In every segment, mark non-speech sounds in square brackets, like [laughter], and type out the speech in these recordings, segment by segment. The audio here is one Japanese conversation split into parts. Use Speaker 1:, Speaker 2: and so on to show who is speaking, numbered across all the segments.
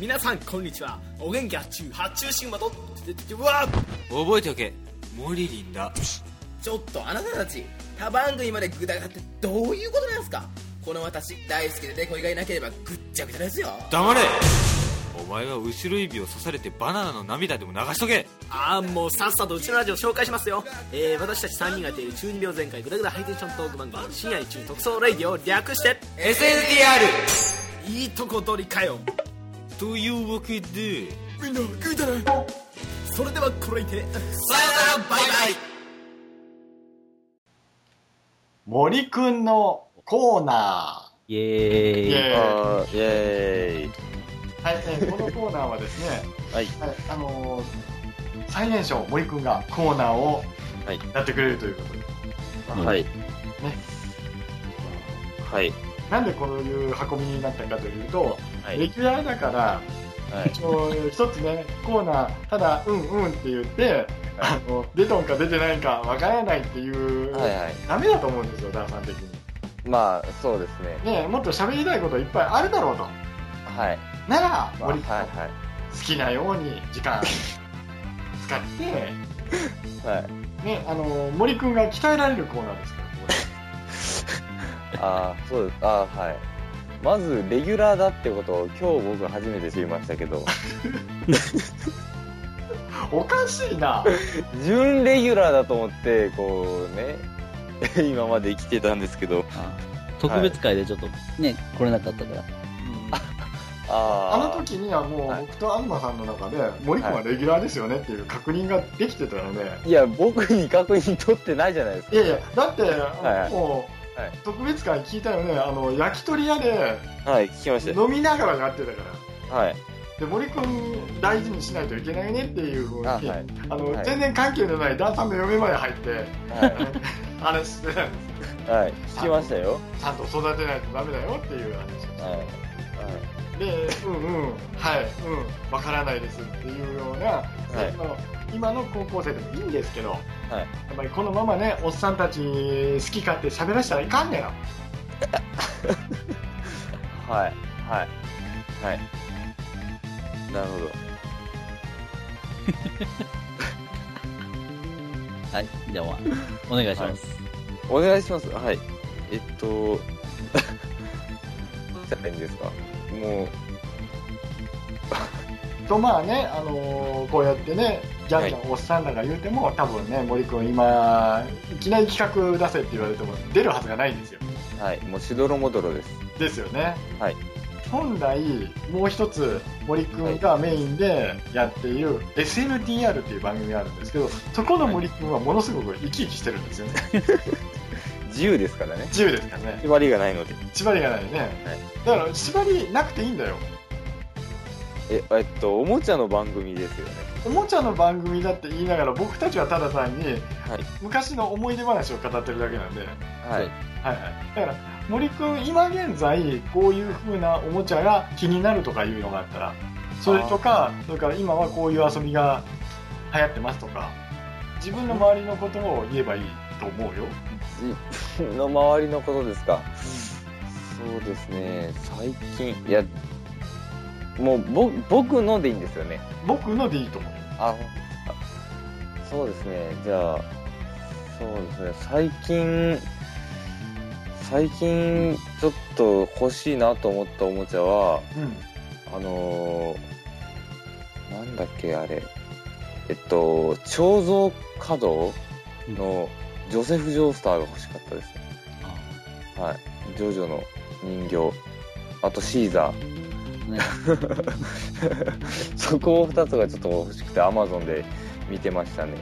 Speaker 1: 皆さんこんにちはお元気発注発注シグマとうわ
Speaker 2: 覚えておけモリリンだ
Speaker 1: ちょっとあなたたち他番組までグダグダってどういうことなんですかこの私大好きで猫以外いなければぐっちゃぐちゃですよ
Speaker 2: 黙れお前は後ろ指を刺されてバナナの涙でも流しとけ
Speaker 1: ああもうさっさとうちのラジオ紹介しますよ、えー、私たち3人がやっている中二病全開グダグダハイテンショントーク番組深夜一中特捜レイディオ略して
Speaker 2: SNDR
Speaker 1: いいとこ取りかよ
Speaker 2: というわけで
Speaker 1: みんな食いたないそれではこれにてさよならバイバイ
Speaker 3: 森くんのコーナ
Speaker 4: イエーイ
Speaker 3: イエーイ
Speaker 4: あーイエーイ
Speaker 3: ー。はい、
Speaker 4: [laughs]
Speaker 3: えーこのコーナーはですね、
Speaker 4: はい
Speaker 3: あのー最年少森くんがコーナーを
Speaker 4: はい
Speaker 3: やってくれるということで、
Speaker 4: はいはい
Speaker 3: なんでこういう運びになったかというと、
Speaker 4: はい
Speaker 3: レギュラーだから、
Speaker 4: はい
Speaker 3: 一応一つね、コーナー、ただ、うんうんって言って、あの出とんか出てないかわからないっていう、
Speaker 4: はいはい
Speaker 3: ダメだと思うんですよ、ダーさん的に。
Speaker 4: まあそうですね
Speaker 3: ねえもっと喋りたいこといっぱいあるだろうと。
Speaker 4: はい、
Speaker 3: なら、
Speaker 4: まあ、は
Speaker 3: 森
Speaker 4: い
Speaker 3: くん、好きなように時間使って、
Speaker 4: はいはい
Speaker 3: ね、あの森くんが鍛えられるコーナーですから、こ
Speaker 4: ああそうですああはいまずレギュラーだってことを今日僕初めて知りました [laughs] けど
Speaker 3: れおかしいな。
Speaker 4: 準レギュラーだと思ってこうね [laughs] 今まで生きてたんですけど
Speaker 5: 特別会でちょっとね、来れなかったから。
Speaker 3: あ
Speaker 4: あ
Speaker 3: の時にはも
Speaker 4: は
Speaker 3: う
Speaker 4: い
Speaker 3: 僕と東さんの中で、森くんはレギュラーですよねっていう確認ができてたので、
Speaker 4: いや僕に確認取ってないじゃないですか
Speaker 3: いやいや、だって、
Speaker 4: はい
Speaker 3: もう、
Speaker 4: はい
Speaker 3: 特別会聞いたよね、あの、焼き鳥屋で
Speaker 4: はい聞きましたよ
Speaker 3: 飲みながらやってたから。
Speaker 4: はい
Speaker 3: で、森くん大事にしないといけないねっていうふうに、
Speaker 4: あ
Speaker 3: あ,、
Speaker 4: はいはい
Speaker 3: の、
Speaker 4: はい
Speaker 3: 全然関係のないダンさんの嫁まで入って、あれして、
Speaker 4: はい聞きましたよ
Speaker 3: ちゃんと育てないとダメだよっていう話をして。
Speaker 4: はいはい
Speaker 3: で、うんうん、はい、うん、わからないですっていうような、その今の高校生でもいいんですけど、
Speaker 4: い
Speaker 3: やっぱりこのままね、おっさんたち好き勝手喋らせたらいかんねよ。
Speaker 4: はいはいはいなるほど
Speaker 5: [laughs] はい。じゃあ、お願いします。
Speaker 4: お願いしますはいえっと [laughs] じゃないんですかもう
Speaker 3: とまあね、あのーこうやってね、ギャンギャンおっさんらが言うても、多分ね、森君今、いきなり企画出せって言われても出るはずがないんですよ。
Speaker 4: はいもうしどろもどろです
Speaker 3: ですよね。
Speaker 4: はい
Speaker 3: 本来、もう一つ、森くんがメインでやっている SNTR っていう番組があるんですけど、そこの森くんはものすごく生き生きしてるんですよね。
Speaker 4: [laughs] 自由ですからね
Speaker 3: 自由ですからね。
Speaker 4: 縛りがないので
Speaker 3: 縛りがないよね。だから、縛りなくていいんだよ。
Speaker 4: ええっとおもちゃの番組ですよね
Speaker 3: おもちゃの番組だって言いながら、僕たちはただ単に、
Speaker 4: い
Speaker 3: 昔の思い出話を語ってるだけなんで、はい
Speaker 4: はい
Speaker 3: はい。だから、森くん、今現在、こういう風なおもちゃが気になるとかいうのがあったら、それとか、それから今はこういう遊びが流行ってますとか、自分の周りのことを言えばいいと思うよ。
Speaker 4: [laughs] の周りのことですか、そうですね最近いやもうぼ僕のでいいんですよね
Speaker 3: 僕のでいいと思うよ。
Speaker 4: ああそうですねじゃあそうですね最近最近ちょっと欲しいなと思ったおもちゃは
Speaker 3: うん。
Speaker 4: あのーなんだっけあれえっと彫像稼働のジョセフ・ジョースターが欲しかったですはい。ジョジョの人形。あとシーザ
Speaker 5: ね
Speaker 4: ー。 [laughs] そこを2つがちょっと欲しくて、アマゾンで見てましたね。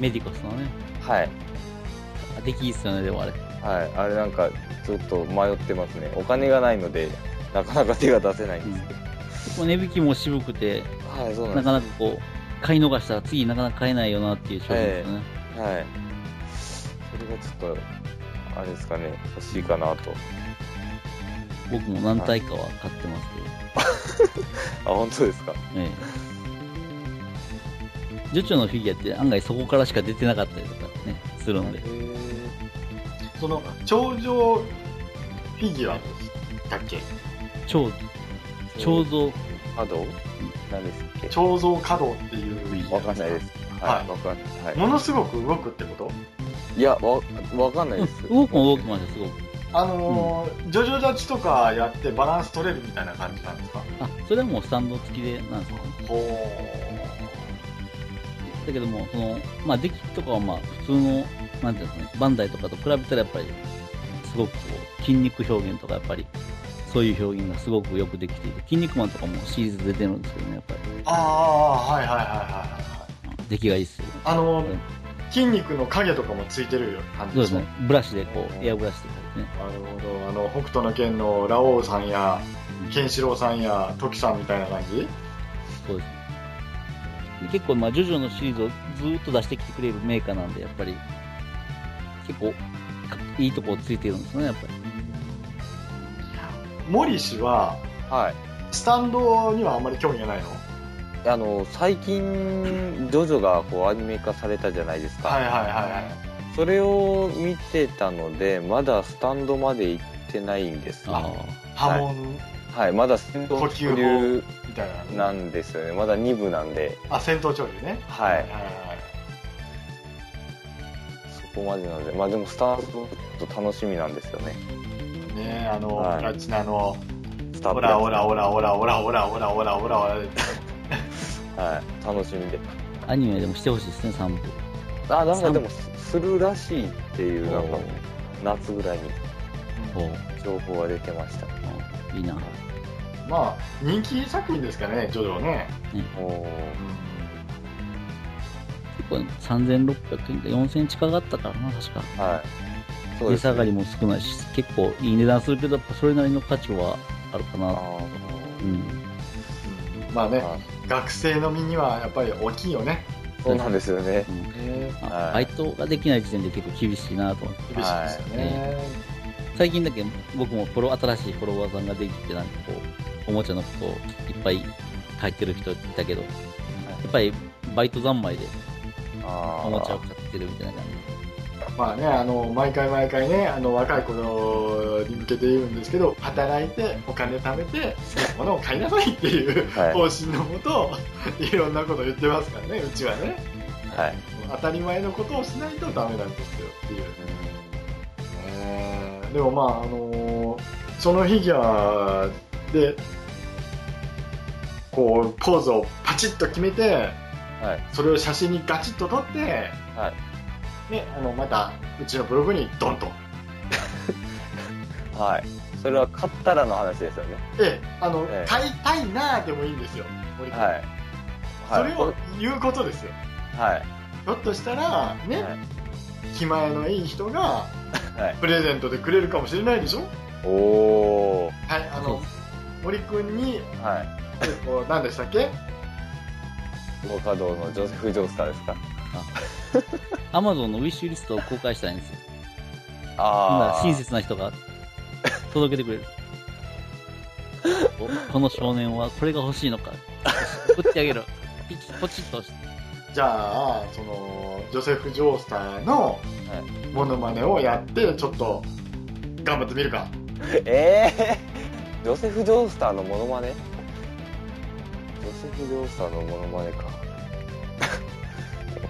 Speaker 5: メディコスのね。
Speaker 4: はい。
Speaker 5: あできいいっすよね、でもあれ。
Speaker 4: はい。あれなんか、ちょっと迷ってますね。お金がないので、なかなか手が出せないんですけど。
Speaker 5: こう値引きも渋くて、
Speaker 4: はい、そうな
Speaker 5: なん
Speaker 4: で
Speaker 5: かなかこう、買い逃したら次なかなか買えないよなっていう商品ですよね。
Speaker 4: す。はい。それがちょっと、あれですかね、欲しいかなと。
Speaker 5: 僕も何体かは買ってますけど。
Speaker 4: あ、本当ですか。
Speaker 5: ええ。ジョジョのフィギュアって案外そこからしか出てなかったりとかね、するんで
Speaker 4: へ。ー
Speaker 3: その、頂上フィギュアだっけ
Speaker 5: 超、彫像、
Speaker 4: 波動なんですっけ
Speaker 3: 彫像稼働っていう。
Speaker 4: わかんないです。
Speaker 3: は
Speaker 4: はいい、わかんない。
Speaker 3: も
Speaker 4: は
Speaker 3: のすごく動くってこと
Speaker 4: い。いや、わ、わかんないです。
Speaker 5: [laughs] 動くも動きますよ、すごく。
Speaker 3: あのージョジョ立ちとかやってバランス取れるみたいな感じなんですか
Speaker 5: あ、それはもうスタンド付きで、なんですかね。
Speaker 3: ほう。
Speaker 5: だけども、その、まあ、デッキとかはまあ、普通の、なんていうんですかね、バンダイとかと比べたらやっぱり、すごくこう、筋肉表現とかやっぱり、そういう表現がすごくよくできていて、筋肉マンとかもシリーズ出てるんですけどね、やっぱり。
Speaker 3: ああ、はいはいはいはいはい。
Speaker 5: 出来がいいっすよね。
Speaker 3: あの
Speaker 5: うん
Speaker 3: 筋肉の影とかもついてるよ感じ
Speaker 5: そうですね。ブラシでこ
Speaker 3: うん
Speaker 5: う、エアブラシで描いてね。
Speaker 3: なるほどあの北斗の拳のラオウさんやケンシロウさんやトキさんみたいな感じ
Speaker 5: そうです。で結構、まあ、ジョジョのシリーズをずーっと出してきてくれるメーカーなんで、やっぱり、結構、いいとこをついてるんですよね、やっぱり。
Speaker 3: 森氏は
Speaker 4: はい。
Speaker 3: スタンドにはあんまり興味がないの
Speaker 4: あの、最近、ジョジョがこうアニメ化されたじゃないですか。
Speaker 3: はいはいはい
Speaker 4: それを見てたので、まだスタンドまで行ってないんですが。
Speaker 5: あ。
Speaker 3: 波紋
Speaker 4: はい、まだ戦闘
Speaker 3: 呼吸法
Speaker 4: 流
Speaker 3: みたいな,、
Speaker 4: なんですよね。まだ2部なんで、
Speaker 3: あ戦闘潮流ね
Speaker 4: はい
Speaker 3: はいはい
Speaker 4: そこまでなので、まあでもスタンドちょっと楽しみなんですよね。
Speaker 3: ねえあの、
Speaker 4: はい
Speaker 3: プラチナの「
Speaker 4: スタ
Speaker 3: オラオラオラオラオラオラオラオラオラオラ」
Speaker 4: はい、楽しみで。
Speaker 5: アニメでもしてほしいですね、3部。
Speaker 4: あ、なんか
Speaker 5: 三
Speaker 4: でもす、するらしいっていう、なんか
Speaker 5: おう、
Speaker 4: 夏ぐらいに
Speaker 5: ほう
Speaker 4: 情報が出てました。
Speaker 5: あいいな。ね
Speaker 3: まあ人気作品ですかねジョジョね
Speaker 4: お
Speaker 5: 結構3600円か4000円近かったからな、確か。
Speaker 4: ーはい。そう
Speaker 5: 値
Speaker 4: です、
Speaker 5: 下がりも少ないし、結構いい値段するけど、やっぱそれなりの価値はあるか
Speaker 4: あ
Speaker 5: な。
Speaker 4: ー
Speaker 5: うん。
Speaker 3: まあね
Speaker 4: あ
Speaker 3: 学生の身にはやっぱり大きいよね
Speaker 4: そうなんですよね。
Speaker 5: うん
Speaker 3: ね
Speaker 5: あ
Speaker 4: は
Speaker 5: バ
Speaker 4: い
Speaker 5: イトができない時点で結構厳しいなと思って。
Speaker 3: 厳しいですよね、
Speaker 5: 最近だけ僕もフォロー新しいフォロワーさんができて、なんかこう、おもちゃのことをいっぱい書いてる人いたけど、やっぱりバイト三昧で
Speaker 4: あー
Speaker 5: おもちゃを買ってるみたいな感じ。
Speaker 3: まあねあの毎回毎回ねあの若い頃に向けて言うんですけど働いてお金貯め
Speaker 4: [laughs]
Speaker 3: て好きなものを買いなさいっていう
Speaker 4: はい。
Speaker 3: 方針のもといろんなこと言ってますからねうちはね
Speaker 4: はい。
Speaker 3: 当たり前のことをしないとダメなんですよっていう、えーでもまああのーそのフィギュアでこうポーズをパチッと決めて
Speaker 4: はい。
Speaker 3: それを写真にガチッと撮って、
Speaker 4: は
Speaker 3: ね、あのまたうちのブログにドンと、
Speaker 4: はい。それは買ったらの話ですよね。
Speaker 3: ええあの
Speaker 4: ええ
Speaker 3: 買いたいなーでもいいんですよ、森君
Speaker 4: はい。
Speaker 3: そ
Speaker 4: はい。
Speaker 3: れを言うことですよ、
Speaker 4: はい。
Speaker 3: ひょっとしたら、ね
Speaker 4: はい
Speaker 3: 気前のいい人が
Speaker 4: はい
Speaker 3: プレゼントでくれるかもしれないでしょ、
Speaker 4: おー。
Speaker 3: はい、あ
Speaker 5: そう
Speaker 3: の
Speaker 5: で
Speaker 3: 森君に、
Speaker 4: は
Speaker 3: えっと、何でしたっけ
Speaker 4: い。ボカドのジョセフ・ジョースターですか。
Speaker 5: アマゾンのウィッシュリストを公開したいんですよ。ほんな
Speaker 4: あ
Speaker 5: ら
Speaker 4: あ。
Speaker 5: 親切な人が届けてくれる。おこの少年はこれが欲しいのか。送ってあげる。ピチポチッと押して。
Speaker 3: じゃあそのジョセフ・ジョースターのモノマネをやってちょっと頑張ってみるか
Speaker 4: [laughs] ええー、ジョセフ・ジョースターのモノマネジョセフ・ジョースターのモノマネか。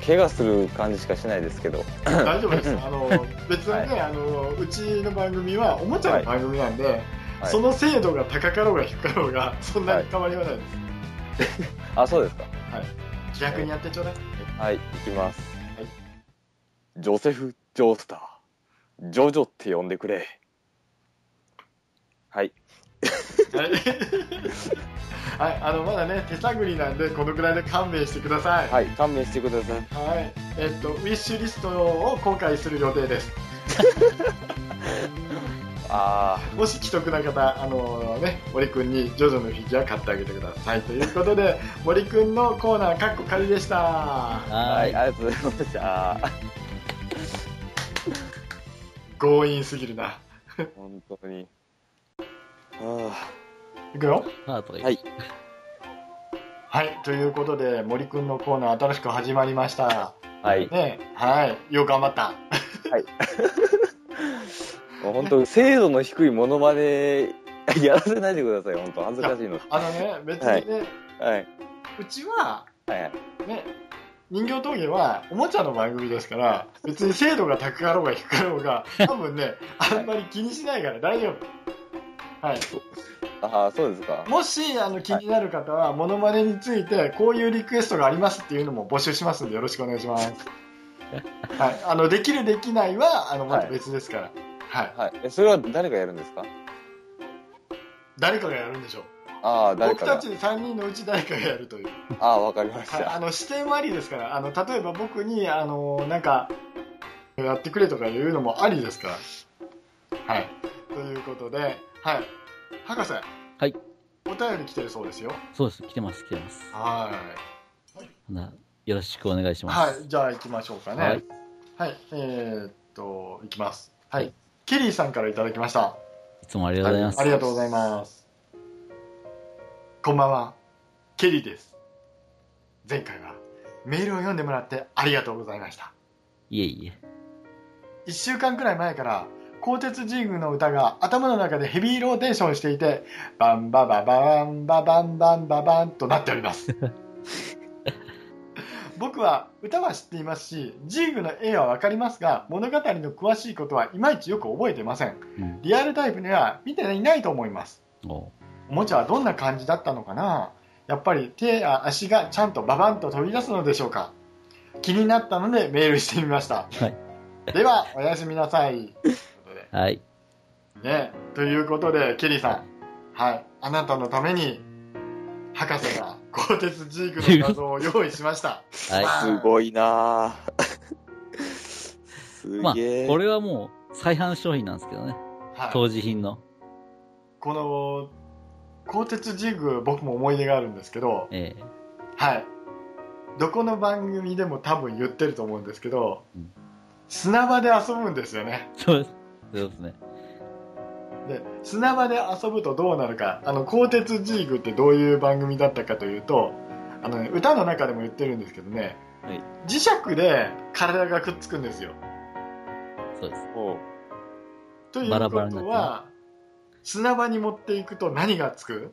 Speaker 4: [laughs] 怪我する感じしかしないですけど。
Speaker 3: 大丈夫です。あの別にね、あのうちの番組はおもちゃの番組なんで、
Speaker 4: はい
Speaker 3: その精度が高かろうが低かろうがそんなに変わりはないです。
Speaker 4: あ、そうですか。
Speaker 3: 気楽にやってちょうだい。
Speaker 4: はい、行きます。
Speaker 3: はい
Speaker 4: ジョセフ・ジョースター。ジョジョって呼んでくれ。はい。
Speaker 3: はい、 [laughs] はいあのまだね手探りなんでこのくらいで勘弁してください。
Speaker 4: はい、勘弁してください。
Speaker 3: はい。えっとウィッシュリストを公開する予定です。
Speaker 4: あ
Speaker 3: もし既得な方、あのね、森くんにジョジョのフィギュア買ってあげてください。ということで、森くんのコーナー、かっこ仮でした。
Speaker 4: あ。
Speaker 5: は
Speaker 4: は
Speaker 5: ー
Speaker 4: い、
Speaker 5: い。
Speaker 4: ありがとうございました。
Speaker 3: 強引すぎるな。
Speaker 4: 本当に。ああ。
Speaker 3: いくよ。
Speaker 5: ハートがいい。
Speaker 4: はい
Speaker 3: はい、ということで森くんのコーナー新しく始まりました。
Speaker 4: はい。
Speaker 3: ね、はい、よく頑張った。
Speaker 4: もう本当精度の低いモノマネ [laughs] やらせないでください、本当恥ずかしいの。
Speaker 3: あのね、別にね、
Speaker 4: はい。
Speaker 3: うちは、
Speaker 4: はい。
Speaker 3: ね、人形陶芸はおもちゃの番組ですから、別に精度が高かろうが低かろうが、多分ね、あんまり気にしないから大丈夫。はい。
Speaker 4: ああ、そうですか。
Speaker 3: もし、あの、気になる方は、モノマネについて、こういうリクエストがありますっていうのも募集しますんで、よろしくお願いします。はい。あの、できる、できないは、あの、また別ですから。はい。
Speaker 4: はい。え、それは誰がやるんですか
Speaker 3: 誰かがやるんでしょう。
Speaker 4: ああ、誰
Speaker 3: 僕
Speaker 4: か
Speaker 3: た
Speaker 4: が
Speaker 3: ち。3人のうち誰かがやるという。
Speaker 4: ああ、わかりまし
Speaker 3: はい、あ
Speaker 4: た。
Speaker 3: の視点はありですからあの例えば僕にあのなんかやってくれとかいうのもありですからはいということではい博士
Speaker 5: はい
Speaker 3: お便り来てるそうですよ
Speaker 5: そうです。来てます、来てます。
Speaker 3: は
Speaker 5: ほなよろしくお願いし
Speaker 3: い
Speaker 5: ま
Speaker 3: は
Speaker 5: す。
Speaker 3: いじゃあ行きましょうかねは
Speaker 5: は
Speaker 3: いい、えーっと行きますはい、
Speaker 5: はい
Speaker 3: ケリーさんからいただきました
Speaker 5: いつもありがとうございます。
Speaker 3: ありがとうございますこんばんはケリーです前回はメールを読んでもらってありがとうございました
Speaker 5: いえいえ。
Speaker 3: 1週間くらい前から鋼鉄神宮の歌が頭の中でヘビーローテーションしていてバンバババンババンバンババンとなっております僕は歌は知っていますし神宮の絵は分かりますが物語の詳しいことはいまいちよく覚えてません
Speaker 5: うん。
Speaker 3: リアルタイプには見ていないと思います
Speaker 5: おう
Speaker 3: おもちゃはどんな感じだったのかなやっぱり手や足がちゃんとババンと飛び出すのでしょうか気になったのでメールしてみました、
Speaker 5: は
Speaker 3: ではおやすみなさいということで
Speaker 5: はい。
Speaker 3: ねということでケリーさんはいあなたのために博士が鋼鉄ジークの画像を用意しました
Speaker 5: は
Speaker 4: すごいなー
Speaker 5: い。
Speaker 4: す
Speaker 5: まあ
Speaker 4: げえ、。
Speaker 5: これはもう、再販商品なんですけどね。
Speaker 3: はい、
Speaker 5: 当時品の。
Speaker 3: この鋼鉄ジーク僕も思い出があるんですけど
Speaker 5: ええ
Speaker 3: はい。どこの番組でも多分言ってると思うんですけど、
Speaker 5: うん
Speaker 3: 砂場で遊ぶんですよね。
Speaker 5: そうです。そうですね。
Speaker 3: で、砂場で遊ぶとどうなるか、あの、鋼鉄ジーグってどういう番組だったかというと、あのね、歌の中でも言ってるんですけどね、
Speaker 5: はい
Speaker 3: 磁石で体がくっつくんですよ。
Speaker 5: そうです。
Speaker 4: おう
Speaker 3: という
Speaker 5: バ
Speaker 3: こ
Speaker 5: ラ
Speaker 3: とは、
Speaker 5: バラにな
Speaker 3: 砂場に持っていくと何がつく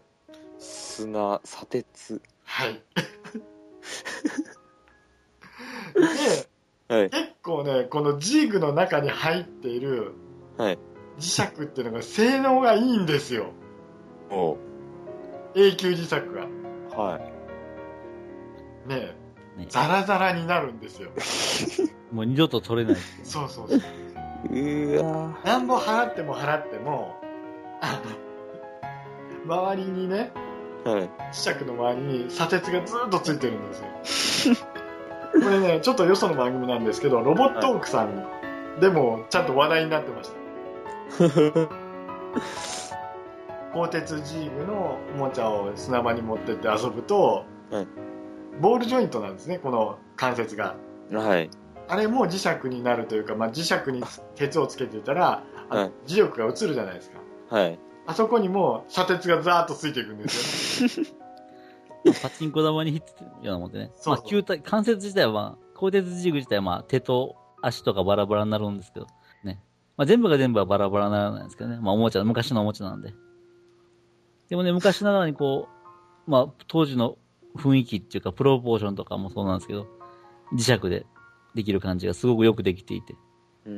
Speaker 4: 砂、砂鉄。
Speaker 3: はい。で、
Speaker 4: [laughs] はい。
Speaker 3: 結構ねこのジーグの中に入っている
Speaker 4: はい
Speaker 3: 磁石っていうのが性能がいいんですよ
Speaker 4: おう
Speaker 3: 永久磁石が
Speaker 4: はい。
Speaker 3: ね
Speaker 5: ね
Speaker 3: ザラザラになるんですよ
Speaker 5: もう二度と取れないっていう。
Speaker 3: そう
Speaker 4: [laughs]
Speaker 3: そうそう
Speaker 4: うーわ
Speaker 3: なんぼ払っても払ってもあの周りにね
Speaker 4: ーはい。
Speaker 3: 磁石の周りに砂鉄がずっとついてるんですよこれねちょっとよその番組なんですけどロボットオークさんでもちゃんと話題になってました
Speaker 4: [laughs]
Speaker 3: 鋼鉄ジーグのおもちゃを砂場に持ってって遊ぶと、
Speaker 4: はい
Speaker 3: ボールジョイントなんですねこの関節が
Speaker 4: はい。
Speaker 3: あれも磁石になるというか、まあ、磁石に鉄をつけていたら、あの
Speaker 4: はい
Speaker 3: 磁力が移るじゃないですか
Speaker 4: はい。
Speaker 3: あそこにも砂鉄がザーッとついていくんですよ
Speaker 5: パチンコ玉にひっつくようなもん
Speaker 3: [laughs]
Speaker 5: でね。
Speaker 3: そうそう
Speaker 5: まあ、球体、関節自体は、まあ、鋼鉄ジグ自体は、まあ、手と足とかバラバラになるんですけど、ね。まあ、全部が全部はバラバラにならないんですけどね。まあ、おもちゃ、昔のおもちゃなんで。でもね、昔ながらにこう、まあ、当時の雰囲気っていうか、プロポーションとかもそうなんですけど、磁石でできる感じがすごくよくできていて、
Speaker 4: うー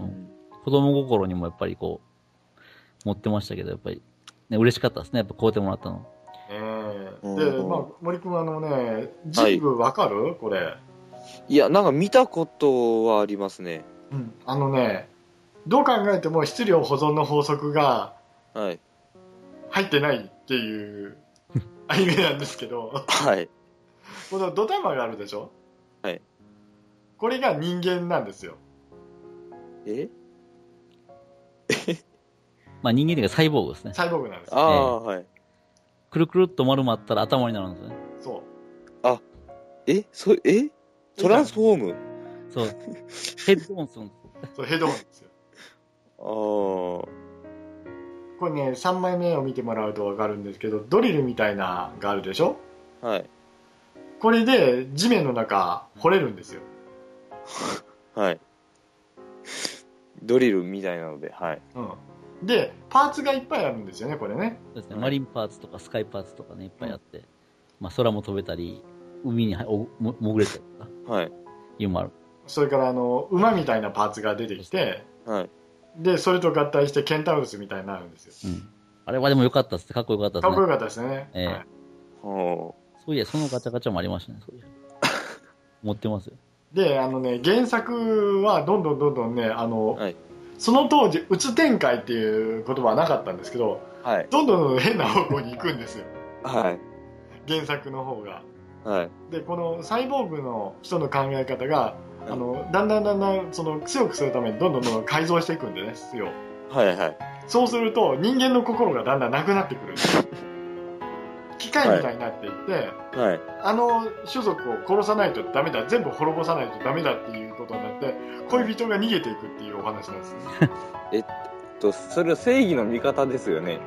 Speaker 4: ん。
Speaker 5: 子供心にもやっぱりこう、持ってましたけど、やっぱり、ね、嬉しかったですね。やっぱ買うてもらったの。
Speaker 3: ええ
Speaker 4: うん
Speaker 3: で、まあ、森君あのねジーグわかる、これ、
Speaker 4: いや、なんか見たことはありますね。
Speaker 3: うん、あのねどう考えても質量保存の法則が
Speaker 4: はい。
Speaker 3: 入ってないっていう [laughs] アニメなんですけど
Speaker 4: はい。
Speaker 3: このドタマがあるでしょ
Speaker 4: はい
Speaker 3: これが人間なんですよ
Speaker 4: え
Speaker 5: まあ、人間というかサイボーグですね。
Speaker 3: サイボーグなんですよ
Speaker 4: ああ、はい。
Speaker 5: くるくるっと丸まったら頭になるんですよね。
Speaker 3: そ
Speaker 4: えそえトランスフォーム
Speaker 5: そう。ヘッドホンするんで
Speaker 3: うそうヘドホンですよ
Speaker 4: あ
Speaker 3: これね3枚目を見てもらうと分かるんですけどドリルみたいなのがあるでしょ
Speaker 4: あ、はい。
Speaker 3: これで地面の中掘れるんですよ、
Speaker 4: はい。ドリルみたいなので、はい。
Speaker 3: うん、で、パーツがいっぱいあるんですよね、これね。
Speaker 5: そうですね、
Speaker 3: はい
Speaker 5: マリンパーツとかスカイパーツとかね、いっぱいあって、まあ、空も飛べたり、海にはおも潜れたりとか、
Speaker 4: はい。
Speaker 5: いうのもある。
Speaker 3: それから、あの、馬みたいなパーツが出てきて、
Speaker 4: はい。
Speaker 3: で、それと合体してケンタウルスみたいになるんですよ。
Speaker 5: うん。あれはでも良かったっすね、かっこよかったっす
Speaker 3: かっ
Speaker 5: ね
Speaker 3: こ。よかったですね。
Speaker 5: ええ
Speaker 3: はい
Speaker 4: ほ
Speaker 5: そういや、そのガチャガチャもありましたね、そういや。持ってますよ。
Speaker 3: で、あのね、原作はどんどんどんどんね、あの、
Speaker 4: はい
Speaker 3: その当時、うつ展開っていう言葉はなかったんですけど、
Speaker 4: うはい。
Speaker 3: どんどんどんどん変な方向に行くんですよ。
Speaker 4: はい。
Speaker 3: 原作の方が。
Speaker 4: はい。
Speaker 3: で、このサイボーグの人の考え方が、
Speaker 4: はい
Speaker 3: あの、だんだんだんだん、その、強くするためにどんどんどんどん改造していくんですよ。
Speaker 4: はい。はい。
Speaker 3: そうすると、人間の心がだんだんなくなってくるんです。機械みたいになっていって、
Speaker 4: はい。
Speaker 3: あの種族を殺さないとダメだ全部滅ぼさないとダメだっていうことになって恋人が逃げていくっていうお話なんですね
Speaker 4: と、それは正義の味方ですよね。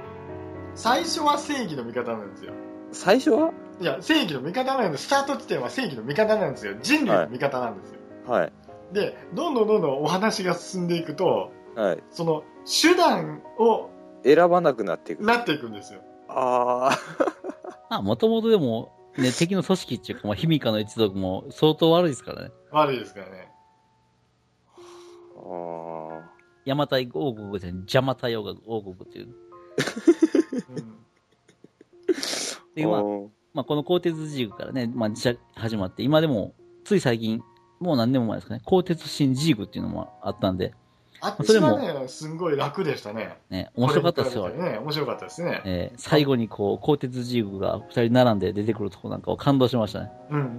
Speaker 3: 最初は正義の味方なんですよ
Speaker 4: 最初はい
Speaker 3: や正義の味方なんですスタート地点は正義の味方なんですよ人類の味方なんですよ、
Speaker 4: はい。
Speaker 3: でどんどんどんどんお話が進んでいくと
Speaker 4: はい。
Speaker 3: その手段を
Speaker 4: 選ばなくなっていく。
Speaker 3: なっていくんですよ
Speaker 4: ああ。
Speaker 5: あ、もともとでも、ね、敵の組織っていうか、まあ、ヒミカの一族も相当悪いですからね。
Speaker 3: 悪いですからね
Speaker 4: あ
Speaker 5: 邪馬台王国じゃない、邪馬台王国っていう。
Speaker 3: うん
Speaker 5: で、まあ、
Speaker 4: ー
Speaker 5: まあ、この鋼鉄ジーグからね、まあ、実写始まって、今でも、つい最近、もう何年も前ですかね、鋼鉄新ジーグっていうのもあったんで、
Speaker 3: あっちはねすんごい楽でしたね
Speaker 5: ね、面白かったですよ、
Speaker 3: こ
Speaker 5: あ
Speaker 3: れ
Speaker 5: れ
Speaker 3: に。比べてね面白かったですね、
Speaker 5: えー最後にこう、鋼鉄ジーグが二人並んで出てくるとこなんかは感動しましたね。
Speaker 3: うんうんうんう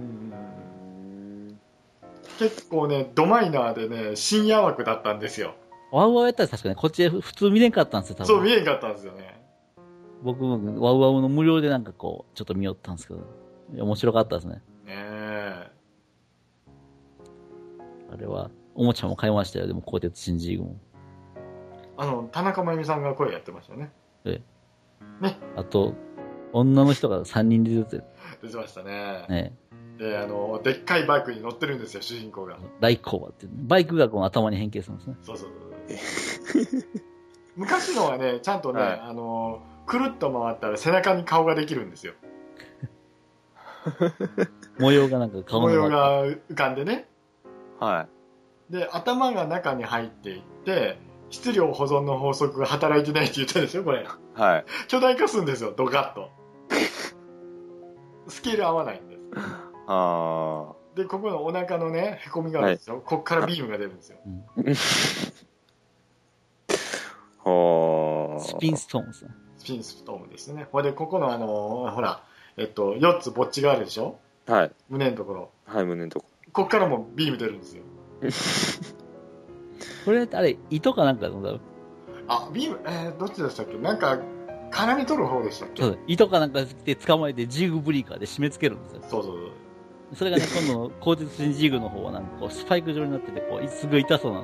Speaker 3: ん結構ね、ドマイナーでね、深夜枠だったんですよ。
Speaker 5: ワウワウやったら確かね、こっちで普通見れんかったんですよ、多
Speaker 3: そう、
Speaker 5: 分。
Speaker 3: 見えんかったんですよね。
Speaker 5: 僕もワウワウの無料でなんかこう、ちょっと見よったんですけど、いや面白かったですね。
Speaker 3: ねえ。
Speaker 5: あれは、おもちゃも買いましたよ、でも鋼鉄新ジーグも。
Speaker 3: あの、田中真由美さんが声やってましたよね。
Speaker 5: あと、女の人が3人で出てる、
Speaker 3: 出てましたね。
Speaker 5: ね、
Speaker 3: で、あの、でっかいバイクに乗ってるんですよ、主人公が。
Speaker 5: 大工場っていう、バイクがこの頭に変形するんですね。
Speaker 3: そうそうそう。
Speaker 5: [laughs]
Speaker 3: 昔のはね、ちゃんとね、
Speaker 4: はい
Speaker 3: あの、くるっと回ったら背中に顔ができるんですよ。
Speaker 5: 模様がなんか顔
Speaker 3: 模様
Speaker 5: の中
Speaker 3: が浮かんでね。
Speaker 4: は
Speaker 3: で、頭が中に入っていって、質量保存の法則が働いてないって言ったでしょ、これ。
Speaker 4: い。はい。
Speaker 3: 巨大化するんですよドカッとスケール合わないんです
Speaker 4: あ
Speaker 3: でここのお腹のねへこみがあるんですよ、こっからビームが出るんですよ
Speaker 4: あ。ほー
Speaker 5: スピンストーンですね。
Speaker 3: スピンストームですねほれでここのあのーほらえっと4つぼっちがあるでしょ
Speaker 4: はい。
Speaker 3: 胸のところ
Speaker 4: はい、胸のとこ。
Speaker 3: こっからもビーム出るんですよ
Speaker 5: これってあれ、糸かなんかの、多分
Speaker 3: あビームえーどっちでしたっけなんか絡み取る方でしたっけ
Speaker 5: そう
Speaker 3: そ
Speaker 5: だ糸かなんかで捕まえてジーグブリーカーで締め付けるんですよ。
Speaker 3: うそうそう
Speaker 5: それがね、今度の鋼鉄新ジーグの方はなんかこう、スパイク状になってて、こう、すごい痛そうなん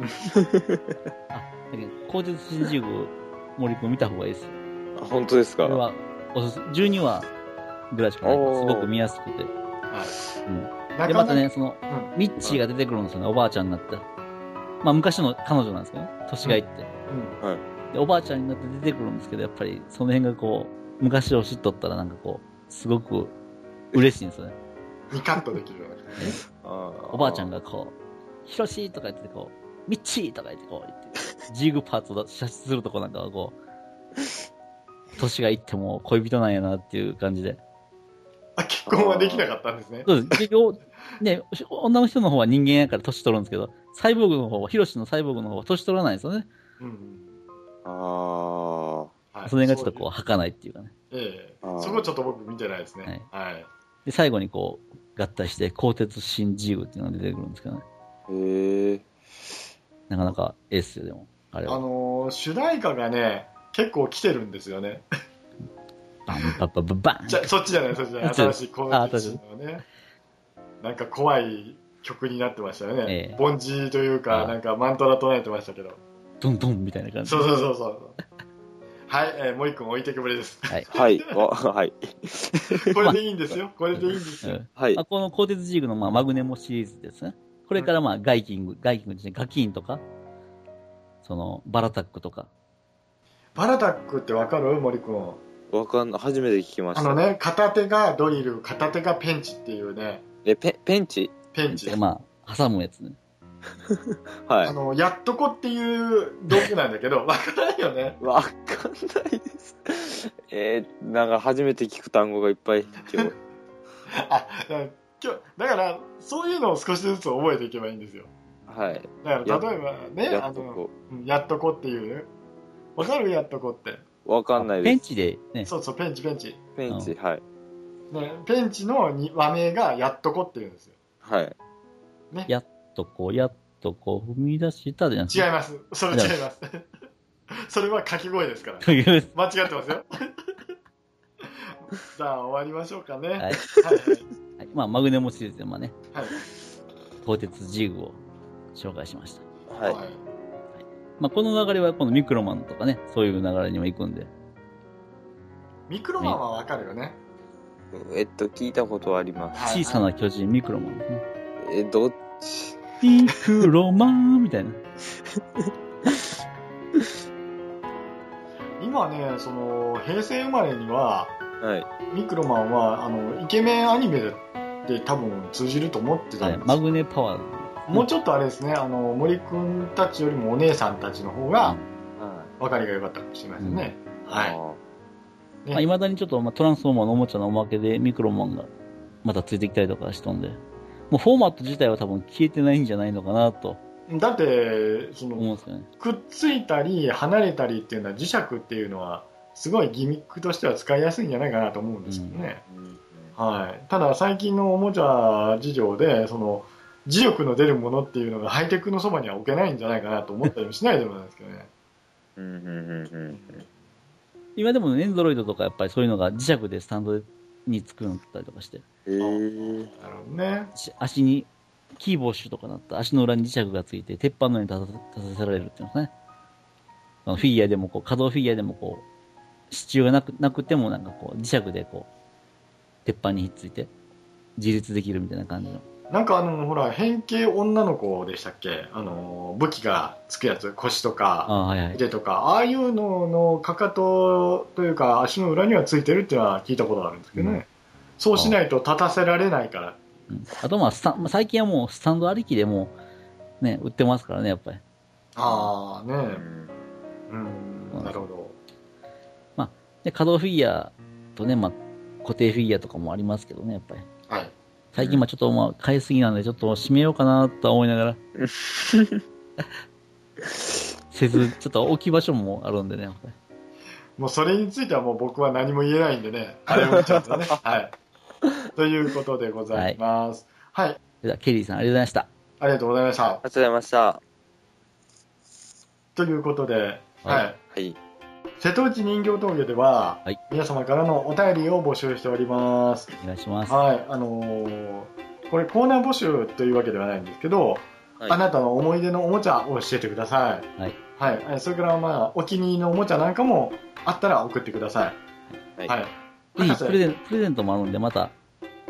Speaker 5: ですよね。あ、だけど、鋼鉄新ジーグ、森君見た方がいいですよ。
Speaker 4: あ、本当です
Speaker 5: こ
Speaker 4: か
Speaker 5: れは、おすすめ、12話ぐらいしかないから、
Speaker 4: おー
Speaker 5: すごく見やすくて。
Speaker 3: はい、
Speaker 5: で、
Speaker 3: なか
Speaker 5: ま
Speaker 3: なか
Speaker 5: たね、その、
Speaker 3: う
Speaker 5: ミッチーが出てくるんですよね、おばあちゃんになって。まあ、昔の彼女なんですけどね、年がいって。
Speaker 3: うん
Speaker 5: で、おばあちゃんになって出てくるんですけど、やっぱり、その辺がこう、昔を知っとったらなんかこう、すごく嬉しいんですよね。
Speaker 3: 2カットできるような
Speaker 5: お
Speaker 4: お
Speaker 5: ばあちゃん。がこう、ひろしーとか言ってこう、みっちーとか言ってこう言って、ジーグパーツを射出するとこなんかはこう、年がいっても恋人なんやなっていう感じで。
Speaker 3: あ結婚はできなかったんですね
Speaker 5: そうです。結局、ね、女の人の方は人間やから年取るんですけど、サイボーグの方は、ヒロシのサイボーグの方は年取らないんですよね。
Speaker 3: うん
Speaker 4: あ
Speaker 3: はい
Speaker 5: その辺がちょっとこう、儚いっていうかね。
Speaker 3: そういうええ
Speaker 4: あー
Speaker 3: そこちょっと僕見てないですねはい
Speaker 5: で、最後にこう、合体して、鋼鉄新ジーグっていうのが出てくるんですけどね。
Speaker 4: あ。へえ。
Speaker 5: なかなかエースよ、でも。あれ
Speaker 3: あ
Speaker 5: は。
Speaker 3: のー主題歌がね結構来てるんですよね
Speaker 5: バンバンバンバンバン [laughs]
Speaker 3: じゃそっちじゃないそっちじゃない
Speaker 5: そっ
Speaker 3: 新
Speaker 5: ち
Speaker 3: しいコ
Speaker 5: あ
Speaker 3: ーナーねなんか怖い曲になってましたよね、
Speaker 5: ええ
Speaker 3: 凡人というか
Speaker 5: ああ
Speaker 3: なんかマントラ唱えてましたけど
Speaker 5: ドンドンみたいな感じ
Speaker 3: そう。そうそうそうはい、えー、もう一個置いてくれ
Speaker 5: [laughs]
Speaker 3: です
Speaker 5: はい。
Speaker 3: [laughs]
Speaker 4: はい。あはい。
Speaker 3: これでいいんですよこれでいいんです
Speaker 5: う
Speaker 3: よ
Speaker 5: ん
Speaker 4: はい
Speaker 5: まあ、。この鋼鉄ジーグのまあマグネモシリーズですね。これからまあガイキング、ガイキングですね、ガキンとか、そのバラタックとか、
Speaker 3: パラダックってわかる森くん。
Speaker 4: わかんない初めて聞きま
Speaker 3: あ
Speaker 4: し
Speaker 3: の
Speaker 4: た、
Speaker 3: ね、片手がドリル、片手がペンチっていうね、
Speaker 4: えペペンチ
Speaker 3: ペンチ。
Speaker 5: まあ、挟むやつね。
Speaker 4: はい
Speaker 3: あの、やっとこっていう道具なんだけど、わからないよね。
Speaker 4: わかんないです。 [laughs] えー、なんか初めて聞く単語がいっぱい今 [laughs] 日。
Speaker 3: あ、だから今日、だから、そういうのを少しずつ覚えていけばいいんですよ。
Speaker 4: はい。
Speaker 3: だから、例えばね、
Speaker 4: や
Speaker 3: あ
Speaker 4: っと
Speaker 3: の、
Speaker 4: こ
Speaker 3: うんやっとこっていう。わかるやっとこって。
Speaker 4: う。わかんない
Speaker 5: ペ
Speaker 4: で
Speaker 5: ン
Speaker 4: す。
Speaker 5: チでね、
Speaker 3: そうそう、ペンチ、ペンチ。
Speaker 4: ペンチ、はい。
Speaker 3: ね、ペンチのに和名がやっとこっていうんですよ。
Speaker 4: はい。
Speaker 3: ね。
Speaker 5: やっとこう、やっとこう、踏み出したじゃん。
Speaker 3: 違います。それ違います。 [laughs] それは掛け声ですから。
Speaker 5: という
Speaker 3: 間違ってますよ。 [laughs] じゃあ終わりましょうかね。はい
Speaker 5: は
Speaker 3: は
Speaker 5: い。
Speaker 3: い
Speaker 5: はいまあ、マグネモシリーズでもね、
Speaker 3: はい
Speaker 5: 鋼鉄ジーグを紹介しました。
Speaker 4: はい。
Speaker 3: はい
Speaker 5: まあ、この流れは、このミクロマンとかね、そういう流れにも行くんで。
Speaker 3: ミクロマンはわかるよね。
Speaker 4: えっと、聞いたことはあります。
Speaker 3: はい
Speaker 5: 小さな巨人、ミクロマン、ね。
Speaker 4: え、どっち
Speaker 5: ミクロマンみたいな。
Speaker 3: 今ね、その、平成生まれには、
Speaker 4: はい。
Speaker 3: ミクロマンは、あの、イケメンアニメで多分通じると思ってたん
Speaker 5: は
Speaker 3: で
Speaker 5: い
Speaker 3: すよ
Speaker 5: マグネパワー。
Speaker 3: もうちょっとあれですね、あの、森くんたちよりもお姉さんたちの方が、
Speaker 4: は
Speaker 3: 分かりが良かったかもしれませんね。
Speaker 4: い。
Speaker 3: はい。ね
Speaker 5: まあ、未だにちょっと、まあ、トランスフォーマーのおもちゃのおまけでミクロマンがまたついてきたりとかしとんで、もうフォーマット自体は多分消えてないんじゃないのかなと
Speaker 3: だって、その、
Speaker 5: 思うんですよね。
Speaker 3: くっついたり離れたりっていうのは磁石っていうのはすごいギミックとしては使いやすいんじゃないかなと思うんですけどね、
Speaker 4: うん
Speaker 3: はい、ただ最近のおもちゃ事情でその磁力の出るものっていうのがハイテクのそばには置けないんじゃないかなと思ったりもしないでもないですけどね
Speaker 4: うんうんうんうん
Speaker 5: 今でもねエンドロイドとかやっぱりそういうのが磁石でスタンドにつくようになったりとかして、
Speaker 4: えー、
Speaker 3: なるほどね
Speaker 5: し足に、キーボッシュとかなった足の裏に磁石がついて、鉄板の上に立た立たせられるっていうんですね。あのフィギュアでもこう、可動フィギュアでもこう、支柱がなくなくてもなんかこう、磁石でこう、鉄板にひっついて、自立できるみたいな感じの。
Speaker 3: なんかあのほら変形女の子でしたっけあの武器がつくやつ腰と
Speaker 5: あ
Speaker 3: か
Speaker 5: あ、はいはい。
Speaker 3: 腕とかああいうののかかとというか足の裏にはついてるっていうのは聞いたことがあるんですけどね、
Speaker 5: うん
Speaker 3: そうしないと立たせられないから
Speaker 5: うんあとまあスタン、まあ最近はもうスタンドありきでもうね、売ってますからね、やっぱり。
Speaker 3: ああね
Speaker 4: う
Speaker 3: え
Speaker 4: ん
Speaker 3: うん、
Speaker 5: うん
Speaker 3: なるほど
Speaker 5: で、可動フィギュアとね、まあ、固定フィギュアとかもありますけどね、やっぱり。
Speaker 3: はい
Speaker 5: 最近まあちょっとまあ、買いすぎなんで、ちょっと締めようかなとは思いながら。せず、ちょっと置き場所もあるんでね、やっぱり。
Speaker 3: もうそれについてはもう僕は何も言えないんでね [laughs] あれを見ちゃうとねはいということでございますはい、
Speaker 5: では、ケリーさんありがとうございました。
Speaker 3: ありがとうございました
Speaker 4: ありがとうございました。は。
Speaker 3: ということではい、
Speaker 5: はい
Speaker 3: 瀬戸内人形峠では、
Speaker 5: はい
Speaker 3: 皆様からのお便りを募集しております
Speaker 5: お願いします。
Speaker 3: はいあのーこれコーナー募集というわけではないんですけど、
Speaker 4: はい
Speaker 3: あなたの思い出のおもちゃを教えてください
Speaker 5: はい、
Speaker 3: はいえ、それからまあお気に入りのおもちゃなんかもあったら送ってくださ
Speaker 4: はいい
Speaker 3: はい
Speaker 5: いい
Speaker 3: 博士
Speaker 5: プレゼンプレゼントもあるんで、また、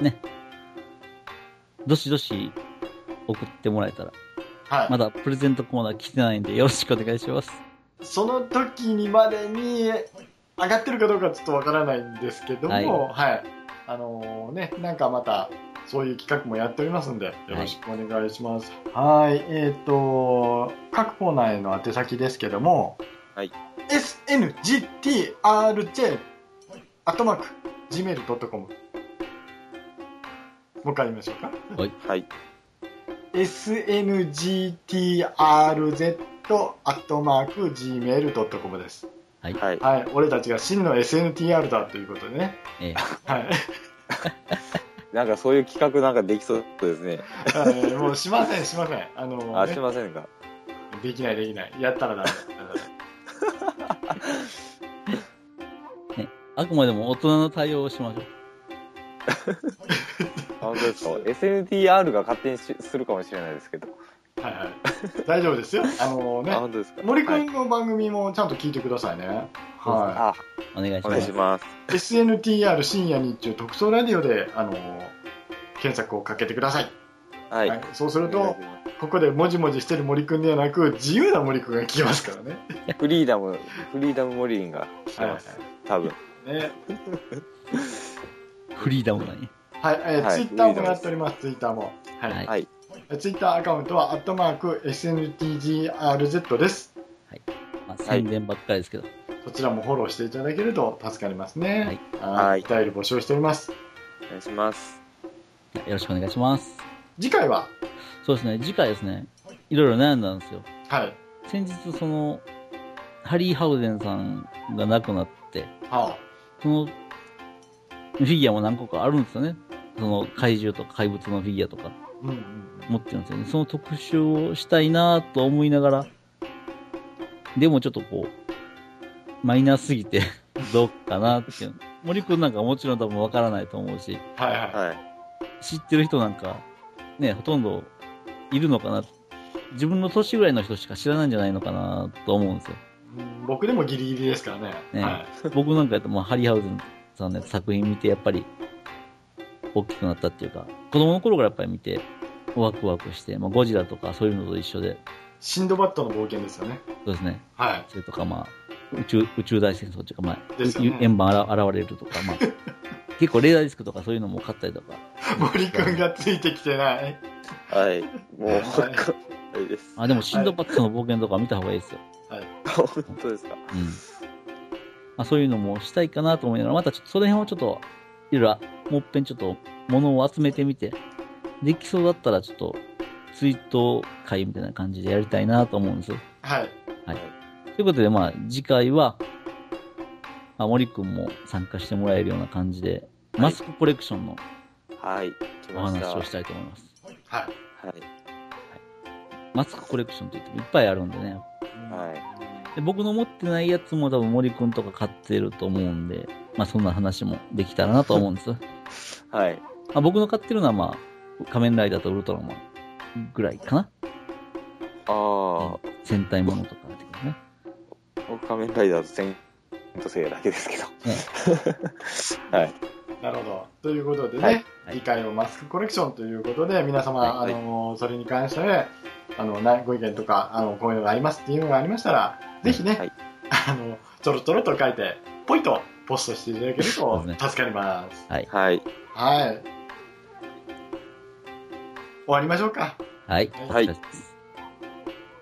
Speaker 5: ね、どしどし送ってもらえたら。
Speaker 3: はい
Speaker 5: まだプレゼントコーナー来てないんで、よろしくお願いします。
Speaker 3: その時にまでに上がってるかどうかちょっとわからないんですけども、は、
Speaker 5: はいい
Speaker 3: あのね、なんかまたそういう企画もやっておりますんで、よろしくお願いします。はい、えっ、と、各コーナーへの宛先ですけども、
Speaker 4: はい、
Speaker 3: SNGTRJ、アットマーク、gmail.com。もう一回言いましょうか。
Speaker 4: はい。
Speaker 3: SNGTRZ、アットマーク、gmail.com です。
Speaker 4: はい。
Speaker 3: はい、俺たちが真の SNTR だということでね。
Speaker 5: ええ
Speaker 3: はい、
Speaker 4: なんかそういう企画なんかできそうですね。
Speaker 3: はいもうしません、しません。あの
Speaker 4: あ、
Speaker 3: ね
Speaker 4: すいませんか。
Speaker 3: できない、できない。やったらダメ。
Speaker 4: [laughs]
Speaker 5: あくまでも大人の対応をしましょう。
Speaker 4: あ本当ですか ?SNTR が勝手にしするかもしれないですけど。
Speaker 3: はいはい。大丈夫ですよ。あの
Speaker 4: あ、
Speaker 3: ね、
Speaker 4: 本当ですか
Speaker 3: 森く
Speaker 4: はい
Speaker 3: んの番組もちゃんと聞いてくださいね。は
Speaker 4: あ、
Speaker 5: お願いし
Speaker 4: お
Speaker 5: ま
Speaker 4: 願い
Speaker 5: す
Speaker 4: し。ます。
Speaker 3: い。SNTR 深夜日中特捜ラジオで、あの検索をかけてください。
Speaker 4: はい。
Speaker 3: はい、そうすると、ここでもじもじしてる森くんではなく、自由な森くんが聞きますからね。
Speaker 4: フリーダム、フリーダムモリリンが来
Speaker 3: はいは
Speaker 4: ます。多分。
Speaker 3: い。ね
Speaker 5: フリーダムなに。
Speaker 3: はい、えー
Speaker 4: はい
Speaker 3: ツイッターもやっております、ツイッターも。はい。
Speaker 5: はい
Speaker 4: はい。
Speaker 3: ツイッターアカウントは、アットマーク、SNTGRZ です。
Speaker 5: まあ、宣伝ばっかりですけど。
Speaker 3: そちらもフォローしていただけると助かりますね。はい。
Speaker 4: はい
Speaker 3: お便り募集しております。
Speaker 4: お願いします。
Speaker 5: よろしくお願いします。
Speaker 3: 次回は、
Speaker 5: そうですね、次回ですね、いろいろ悩んだんですよ。
Speaker 3: はい。
Speaker 5: 先日、その、ハリー・ハウデンさんが亡くなって、
Speaker 3: は
Speaker 5: その、フィギュアも何個かあるんですよね。その怪獣とか怪物のフィギュアとか
Speaker 3: あ、うんうん。
Speaker 5: 持ってるんですよね。その特集をしたいなぁと思いながら、でもちょっとこう、マイナーすぎて、 [laughs] どうかなっていう。森くんなんかもちろん多分わからないと思うし、
Speaker 3: はいはい。
Speaker 4: はい。
Speaker 5: 知ってる人なんか、ね、ほとんどいるのかな。自分の年ぐらいの人しか知らないんじゃないのかなと思うんです
Speaker 3: [laughs]
Speaker 5: よ。
Speaker 3: うん僕でもギリギリですからね。
Speaker 5: ね
Speaker 3: はい。
Speaker 5: 僕なんかやったらもうハリーハウゼンさんの作品見て、やっぱり、大きくなったっていうか、子供の頃からやっぱり見て、ワクワクして、まあ、ゴジラとかそういうのと一緒で、
Speaker 3: シンドバッドの冒険ですよね。
Speaker 5: そうですね、
Speaker 4: [laughs]
Speaker 3: はい。
Speaker 5: それとかまあ、宇宙、宇宙大戦争っていうか、まあ、
Speaker 3: ですよね
Speaker 5: ゆ円盤あら現れるとか、まあ、結構レーダーディスクとかそういうのも買ったりとか、
Speaker 3: 森くんがついてきてない。
Speaker 4: [laughs] はい。もう、わ
Speaker 3: はい
Speaker 4: かんないです。
Speaker 5: あ、でもシンドバッドの冒険とか見た方がいいですよ。
Speaker 4: 本当ですか。
Speaker 5: うん。まあ、そういうのもしたいかなと思いながら、またちょっとその辺をちょっと、いろいろ、もっぺんちょっと、物を集めてみて、できそうだったらちょっと、ツイート会みたいな感じでやりたいなと思うんです。
Speaker 3: はい。
Speaker 5: ということで、まあ、次回は、まあ、森くんも参加してもらえるような感じで、
Speaker 4: はい
Speaker 5: マスクコレクションの
Speaker 4: はい。来
Speaker 5: お
Speaker 4: ました。
Speaker 5: 話を
Speaker 4: は
Speaker 5: したいと思います。
Speaker 3: はい。
Speaker 4: い。
Speaker 5: マスクコレクションって言ってもいっぱいあるんでね。
Speaker 4: は
Speaker 5: で僕の持ってないやつも多分森くんとか買ってると思うんで、まあそんな話もできたらなと思うんです。
Speaker 4: はい。
Speaker 5: あ僕の買ってるのは、まあ、仮面ライダーとウルトラマンぐらいかな。
Speaker 4: ああ、
Speaker 5: 戦隊ものとかってことね。
Speaker 4: 僕仮面ライダーとセントセイヤだけですけど。はい。
Speaker 3: なるほど。ということでね、
Speaker 4: はい
Speaker 5: はい
Speaker 3: 次回はマスクコレクションということで、皆様、
Speaker 4: はい
Speaker 3: あのそれに関して、ね、あのなご意見とかあのこういうのがありますっていうのがありましたら、ぜひね、
Speaker 4: はい
Speaker 3: あのちょろちょろと書いて、ポイとポストしていただける
Speaker 5: そう
Speaker 3: と
Speaker 5: です
Speaker 3: 助かります。
Speaker 4: はい。
Speaker 3: はい。終わりましょうか。
Speaker 5: はい。
Speaker 4: はい
Speaker 5: お疲れ様です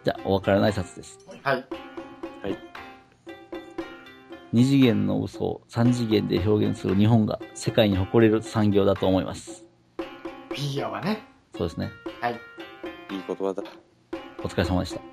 Speaker 5: じゃあ、お別れの挨拶です。
Speaker 3: はい。
Speaker 5: 二次元の嘘を三次元で表現する日本が世界に誇れる産業だと思います。
Speaker 3: フィギュアはね、
Speaker 5: そうですね。
Speaker 3: はい。
Speaker 4: いい言葉だ。
Speaker 5: お疲れ様でした。